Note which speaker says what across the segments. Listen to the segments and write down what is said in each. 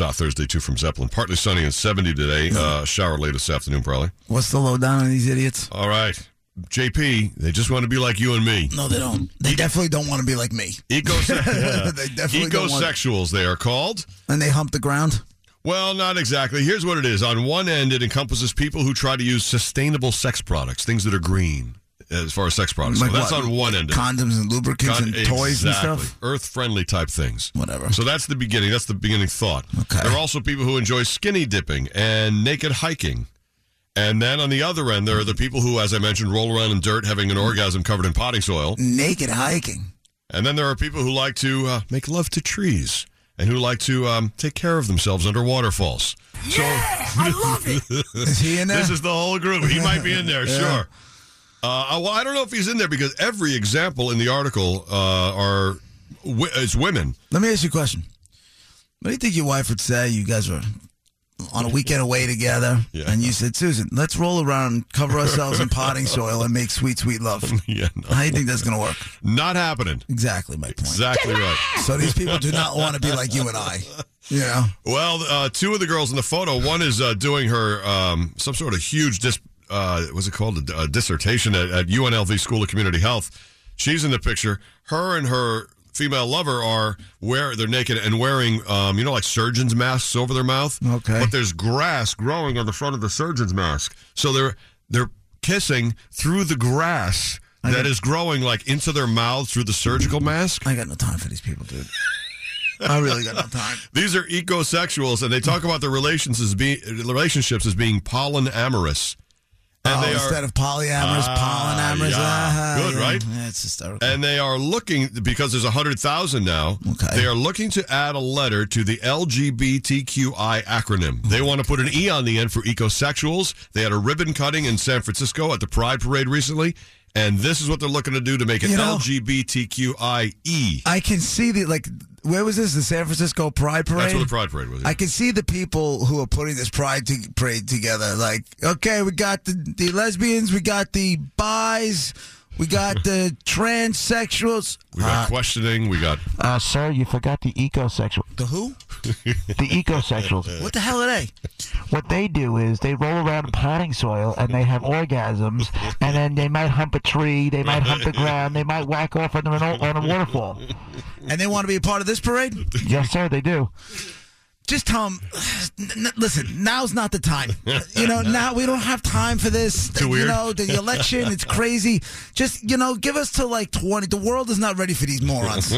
Speaker 1: Uh, Thursday, two from Zeppelin. Partly sunny and 70
Speaker 2: Mm.
Speaker 1: today. Uh, shower late this afternoon, probably.
Speaker 2: What's the lowdown on these idiots?
Speaker 1: All right. JP, they just want to be like you and me.
Speaker 2: No, they don't. They definitely don't want to be like me.
Speaker 1: Ecosex-
Speaker 2: They definitely don't want-
Speaker 1: Ecosexuals, they are called.
Speaker 2: And they hump the ground.
Speaker 1: Well, not exactly. Here's what it is. On one end, it encompasses people who try to use sustainable sex products, things that are green as far as sex products.
Speaker 2: Like
Speaker 1: so that's
Speaker 2: what?
Speaker 1: on one end. of it.
Speaker 2: Condoms and lubricants
Speaker 1: Con-
Speaker 2: and toys and
Speaker 1: exactly.
Speaker 2: stuff.
Speaker 1: Earth-friendly type things.
Speaker 2: Whatever.
Speaker 1: Uh, So that's the beginning. That's the beginning thought.
Speaker 2: Okay.
Speaker 1: There are also people who enjoy skinny dipping and naked hiking. And then on the other end, there are the people who, as I mentioned, roll around in dirt having an orgasm covered in potting soil.
Speaker 2: Naked hiking.
Speaker 1: And then there are people who like to uh, make love to trees and who like to um, take care of themselves under waterfalls.
Speaker 2: Is he in there?
Speaker 1: This is the whole group. He might be in there, sure. Uh, well, I don't know if he's in there because every example in the article uh, are wi- is women.
Speaker 2: Let me ask you a question. What do you think your wife would say? You guys were on a weekend away together,
Speaker 1: Yeah.
Speaker 2: and you said, Susan, let's roll around and cover ourselves in potting soil and make sweet, sweet love.
Speaker 1: Yeah, no.
Speaker 2: How do you think that's going to work?
Speaker 1: Not happening.
Speaker 2: Exactly my point.
Speaker 1: Exactly right.
Speaker 2: So these people do not want to be like you and I. You know?
Speaker 1: Well, uh, two of the girls in the photo, one is uh, doing her um, some sort of huge dis- uh, was it called a, d- a dissertation at, at UNLV School of Community Health. She's in the picture. Her and her female lover are where they're naked and wearing um, you know like surgeons masks over their mouth.
Speaker 2: Okay.
Speaker 1: but there's grass growing on the front of the surgeon's mask, so they're they're kissing through the grass. that is growing like into their mouths through the surgical mask.
Speaker 2: I got no time for these people, dude. I really got no time.
Speaker 1: These are ecosexuals, and they talk about their relations as being relationships as being pollen amorous, and
Speaker 2: oh,
Speaker 1: they
Speaker 2: instead
Speaker 1: are
Speaker 2: of polyamorous,
Speaker 1: Ah,
Speaker 2: polyamorous.
Speaker 1: yeah.
Speaker 2: ah,
Speaker 1: Good,
Speaker 2: yeah.
Speaker 1: right?
Speaker 2: Yeah, it's hysterical.
Speaker 1: and they are looking because there's hundred thousand now.
Speaker 2: Okay.
Speaker 1: They are looking to add a letter to the LGBTQI acronym. They want to put an E on the end for ecosexuals. They had a ribbon cutting in San Francisco at the Pride Parade recently, and this is what they're looking to do to make it
Speaker 2: You know-
Speaker 1: LGBTQIE.
Speaker 2: I can see the, like, where was this? The San Francisco Pride Parade?
Speaker 1: That's what the Pride Parade was.
Speaker 2: I can see the people who are putting this pride to, parade together. Like, okay, we got the, the lesbians, we got the bis, we got the transsexuals. Uh,
Speaker 1: we got questioning. We got
Speaker 3: Uh, sir, you forgot the ecosexual.
Speaker 2: The who?
Speaker 3: The ecosexuals.
Speaker 2: What the hell are they?
Speaker 3: What they do is they roll around in potting soil and they have orgasms, and then they might hump a tree, they might hump the ground, they might whack off on, an, on a waterfall.
Speaker 2: And they want to be a part of this parade?
Speaker 3: Yes, sir, they do.
Speaker 2: Just tell them, n- n- listen, now's not the time. You know, now we don't have time for this.
Speaker 1: Too
Speaker 2: you
Speaker 1: weird.
Speaker 2: know, the election, it's crazy. Just, you know, give us to like 20. The world is not ready for these morons.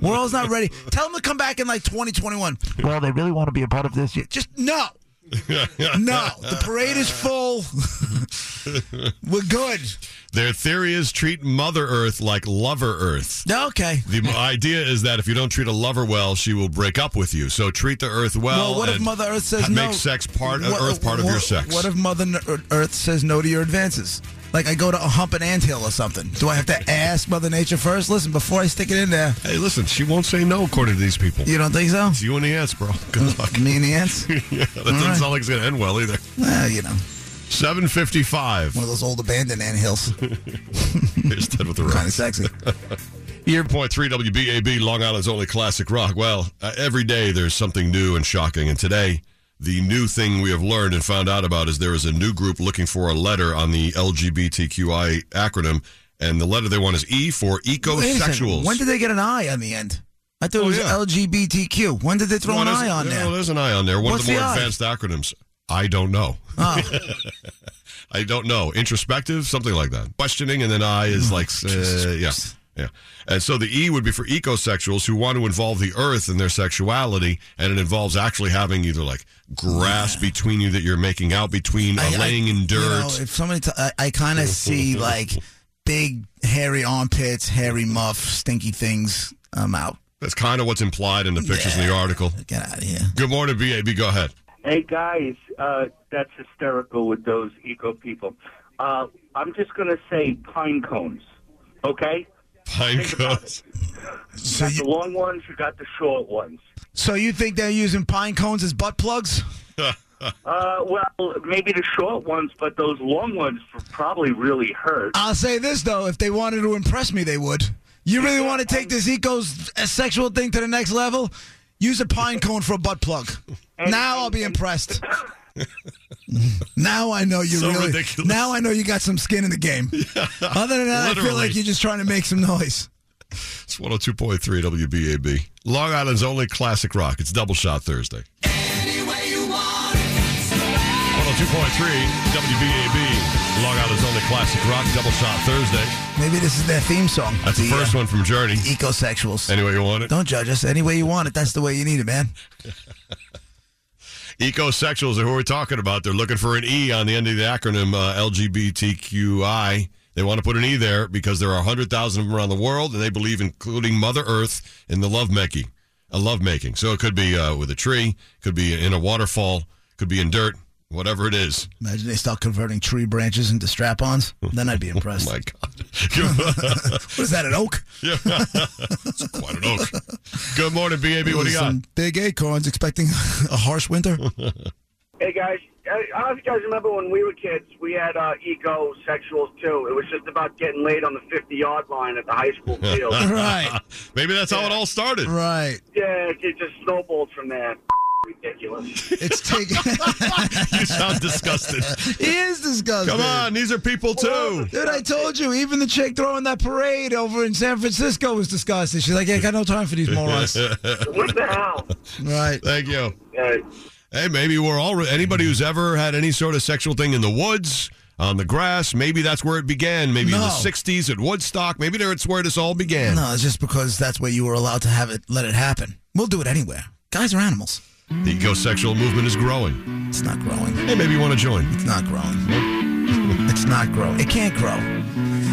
Speaker 2: World's not ready. Tell them to come back in like 2021.
Speaker 3: Well, they really want to be a part of this. You-
Speaker 2: Just no. no, the parade is full. We're good.
Speaker 1: their theory is treat Mother Earth like Lover Earth.
Speaker 2: Okay.
Speaker 1: The m- idea is that if you don't treat a lover well, she will break up with you. So treat the earth well.
Speaker 2: Well, what if
Speaker 1: Oh, and
Speaker 2: Mother Earth says
Speaker 1: ha-
Speaker 2: no?
Speaker 1: Make sex part,
Speaker 2: What-
Speaker 1: earth part of
Speaker 2: what-
Speaker 1: your sex.
Speaker 2: What if Mother N- uh, Earth says no to your advances? Like I go to a hump an anthill or something. Do I have to ask Mother Nature first? Listen, before I stick it in there,
Speaker 1: hey, listen, she won't say no according to these people.
Speaker 2: you don't think so?
Speaker 1: It's you and the ants, bro. Good luck.
Speaker 2: Me and the ants?
Speaker 1: yeah, that doesn't sound like it's going to end well either.
Speaker 2: well, you know,
Speaker 1: Seven fifty-five.
Speaker 2: one of those old abandoned anthills.
Speaker 1: Here's Ted with the rock.
Speaker 2: kind of sexy.
Speaker 1: Oh, Ear point three WBAB Long Island's only classic rock. Well, uh, every day there's something new and shocking, and today the new thing we have learned and found out about is there is a new group looking for a letter on the LGBTQI acronym, and the letter they want is E for
Speaker 2: Wait a second,
Speaker 1: ecosexuals.
Speaker 2: When did they get an eye on the end? I thought it
Speaker 1: Oh,
Speaker 2: was
Speaker 1: yeah.
Speaker 2: LGBTQ. When did they throw an
Speaker 1: there's-
Speaker 2: eye on
Speaker 1: no,
Speaker 2: there?
Speaker 1: there's an eye on there. One
Speaker 2: What's
Speaker 1: of the
Speaker 2: the
Speaker 1: more
Speaker 2: eye?
Speaker 1: advanced acronyms. I don't know.
Speaker 2: Oh.
Speaker 1: I don't know. Introspective, something like that. Questioning, and then I is
Speaker 2: Hmm.
Speaker 1: like, uh, yeah, yeah. And so the E would be for ecosexuals who want to involve the earth in their sexuality, and it involves actually having either like grass between you that you're making out between,
Speaker 2: I-
Speaker 1: uh,
Speaker 2: I-
Speaker 1: laying in dirt.
Speaker 2: You know, if somebody, t- I, I kind of see like big hairy armpits, hairy muff, stinky things. I'm out.
Speaker 1: That's kind of what's implied in the pictures in the article.
Speaker 2: Get out of here.
Speaker 1: Good morning, BAB. Go ahead.
Speaker 4: Hey guys, uh, that's hysterical with those eco people. Uh, I'm just gonna say pine cones. Okay,
Speaker 1: Pine cones.
Speaker 2: So
Speaker 4: the
Speaker 2: you,
Speaker 4: long ones, you got the short ones.
Speaker 2: so you think they're using pine cones as butt plugs?
Speaker 4: Uh, well, maybe the short ones, but those long ones probably really hurt.
Speaker 2: I'll say this though: if they wanted uh, to impress me, they would. You really want to take this eco's sexual thing to the next level? Use a pine cone for a butt plug.
Speaker 4: And-
Speaker 2: now I'll be impressed. now I know you
Speaker 1: So
Speaker 2: really.
Speaker 1: ridiculous.
Speaker 2: Now I know you got some skin in the game. Other than that, I feel
Speaker 1: literally.
Speaker 2: like you're just trying to make some noise.
Speaker 1: It's 102.3 WBAB. Long Island's only classic rock. It's Double Shot Thursday. 102.3 WBAB. Long Island's only classic rock. Double Shot Thursday.
Speaker 2: Maybe this is their theme song. uh,
Speaker 1: That's the first one from Journey.
Speaker 2: Ecosexuals.
Speaker 1: Any way you want it.
Speaker 2: Don't judge us any way you want it. That's the way you need it, man.
Speaker 1: Ecosexuals are who we're talking about. They're looking for an E on the end of the acronym uh, LGBTQI. They want to put an E there because there are 100,000 of them around the world, and they believe including Mother Earth in the love making. A love making. So it could be uh, with a tree, could be in a waterfall, could be in dirt, whatever it is.
Speaker 2: Imagine they start converting tree branches into strap-ons. Then I'd be impressed.
Speaker 1: Oh My God.
Speaker 2: what is that, an oak?
Speaker 1: Yeah. it's quite an oak. Good morning, BAB. What do you got?
Speaker 2: Some big acorns expecting a harsh winter.
Speaker 5: Hey guys, uh, I I don't know if you guys remember when we were kids, we had uh, eco sexuals too. It was just about getting laid on the 50 yard line at the high school field.
Speaker 2: right,
Speaker 1: Maybe that's how it all started.
Speaker 2: right.
Speaker 5: yeah, it just snowballed from there. Ridiculous.
Speaker 2: It's taking.
Speaker 1: You sound disgusted.
Speaker 2: he is disgusting.
Speaker 1: Come on, these are people too.
Speaker 2: Dude, I told you, even the chick throwing that parade over in San Francisco was disgusting. She's like, yeah, I got no time for these morons.
Speaker 5: what the hell?
Speaker 2: right.
Speaker 1: Thank you.
Speaker 5: Uh,
Speaker 1: Hey, maybe we're all anybody who's ever had any sort of sexual thing in the woods, on the grass. Maybe that's where it began. Maybe in the
Speaker 2: No.
Speaker 1: '60s at Woodstock. Maybe that's where this all began.
Speaker 2: No, it's just because that's where you were allowed to have it, let it happen. We'll do it anywhere. Guys are animals.
Speaker 1: The ecosexual movement is growing.
Speaker 2: It's not growing.
Speaker 1: Hey, maybe you want to join.
Speaker 2: It's not growing. It's not growing. It can't grow.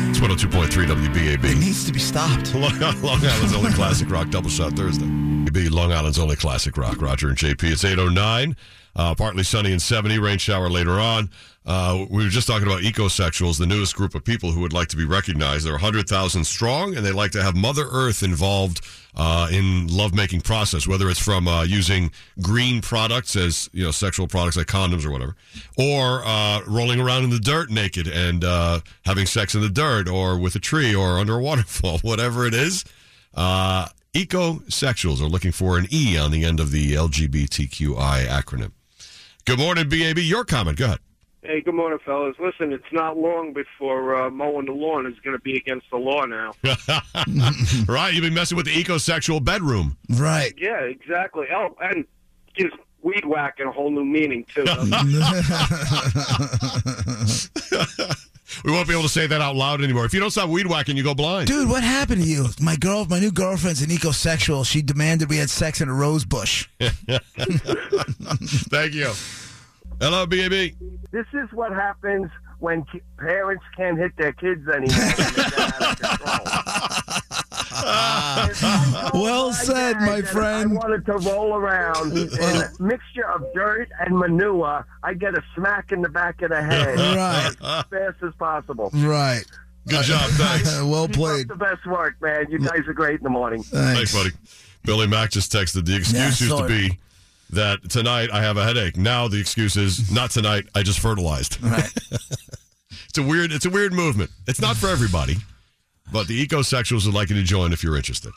Speaker 1: It's 102.3
Speaker 2: It
Speaker 1: WBAB.
Speaker 2: needs to be stopped.
Speaker 1: Long Long Island's only classic rock double shot Thursday. It'd be Long Island's only classic rock. Roger and JP. It's 809. Uh, partly sunny and 70. Rain shower later on. Uh, we were just talking about ecosexuals, the newest group of people who would like to be recognized. They're 100,000 strong, and they like to have Mother Earth involved uh, in lovemaking process, whether it's from uh, using green products as you know sexual products like condoms or whatever, or uh, rolling around in the dirt naked and uh, having sex in the dirt, or with a tree, or under a waterfall, whatever it is. Uh, Ecosexuals are looking for an E on the end of the LGBTQI acronym. Good morning, BAB. Your comment. Go ahead.
Speaker 5: hey, good morning, fellas. Listen, it's not long before uh, mowing the lawn is going to be against the law now.
Speaker 2: Hmm.
Speaker 1: Right, you've been messing with the ecosexual bedroom.
Speaker 2: Right.
Speaker 5: yeah, exactly. Oh, and gives weed whacking a whole new meaning too. doesn't it?
Speaker 1: We won't be able to say that out loud anymore. If you don't stop weed whacking, you go blind.
Speaker 2: Dude, what happened to you? My girl, my new girlfriend's an ecosexual. She demanded we had sex in a rose bush.
Speaker 1: Thank you. Hello, BAB.
Speaker 6: This is what happens when ki- parents can't hit their kids anymore. They get out of control.
Speaker 2: Well said, my
Speaker 6: And
Speaker 2: friend.
Speaker 6: I wanted to roll around in a mixture of dirt and manure. I get a smack in the back of the head as
Speaker 2: Right.
Speaker 6: fast as possible.
Speaker 2: Right. Uh,
Speaker 1: Good job. Thanks.
Speaker 2: well
Speaker 6: Keep up
Speaker 2: played.
Speaker 6: the best work, man. You guys are great in the morning.
Speaker 1: Thanks, buddy. Billy Mack just texted the excuse
Speaker 2: Yeah, I
Speaker 1: used
Speaker 2: saw
Speaker 1: to
Speaker 2: it.
Speaker 1: be that tonight I have a headache. Now the excuse is not tonight. I just fertilized.
Speaker 2: Right.
Speaker 1: It's a weird. It's a weird movement. It's not for everybody, but the ecosexuals would like you to join if you're interested.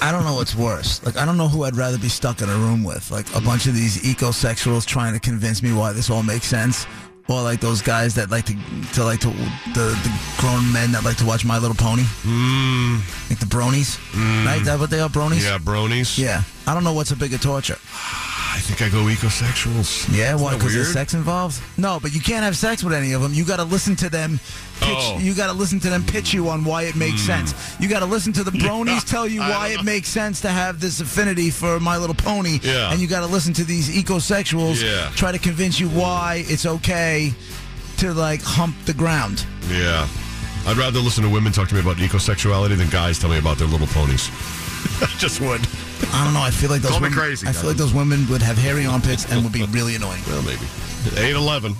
Speaker 2: I don't know what's worse. Like, I don't know who I'd rather be stuck in a room with. Like, a bunch of these ecosexuals trying to convince me why this all makes sense. Or like those guys that like to, to like to the, the grown men that like to watch My Little Pony, mm. like the bronies, right? Is that what they are, bronies?
Speaker 1: Hmm. Yeah, bronies.
Speaker 2: Yeah. I don't know what's a bigger torture.
Speaker 1: I think I go ecosexuals.
Speaker 2: Yeah, why?
Speaker 1: that
Speaker 2: Because there's
Speaker 1: weird?
Speaker 2: sex involved? No, but you can't have sex with any of them. You got to listen to them. Pitch,
Speaker 1: Oh. Hmm.
Speaker 2: You got to listen to them pitch you on why it makes sense. You got to listen to the bronies tell you
Speaker 1: I
Speaker 2: why
Speaker 1: don't
Speaker 2: it
Speaker 1: know.
Speaker 2: makes sense to have this affinity for My Little Pony.
Speaker 1: Yeah.
Speaker 2: And you got to listen to these ecosexuals
Speaker 1: Yeah.
Speaker 2: try to convince you why it's okay to like hump the ground.
Speaker 1: Yeah. I'd rather listen to women talk to me about ecosexuality than guys tell me about their little ponies. I just would.
Speaker 2: I don't know. I feel like those
Speaker 1: Call me
Speaker 2: women.
Speaker 1: crazy,
Speaker 2: I
Speaker 1: guys.
Speaker 2: feel like those women would have hairy armpits and would be really annoying.
Speaker 1: Well, maybe. Eight eleven.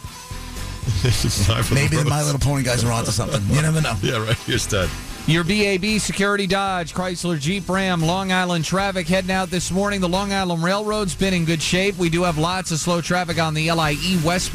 Speaker 2: Maybe the My Little Pony guys are onto something. You never know.
Speaker 1: Yeah, right. Here's Ted.
Speaker 7: Your BAB Security Dodge, Chrysler Jeep Ram, Long Island traffic heading out this morning. The E Long Island Railroad's been in good shape. We do have lots of slow traffic on the LIE westbound.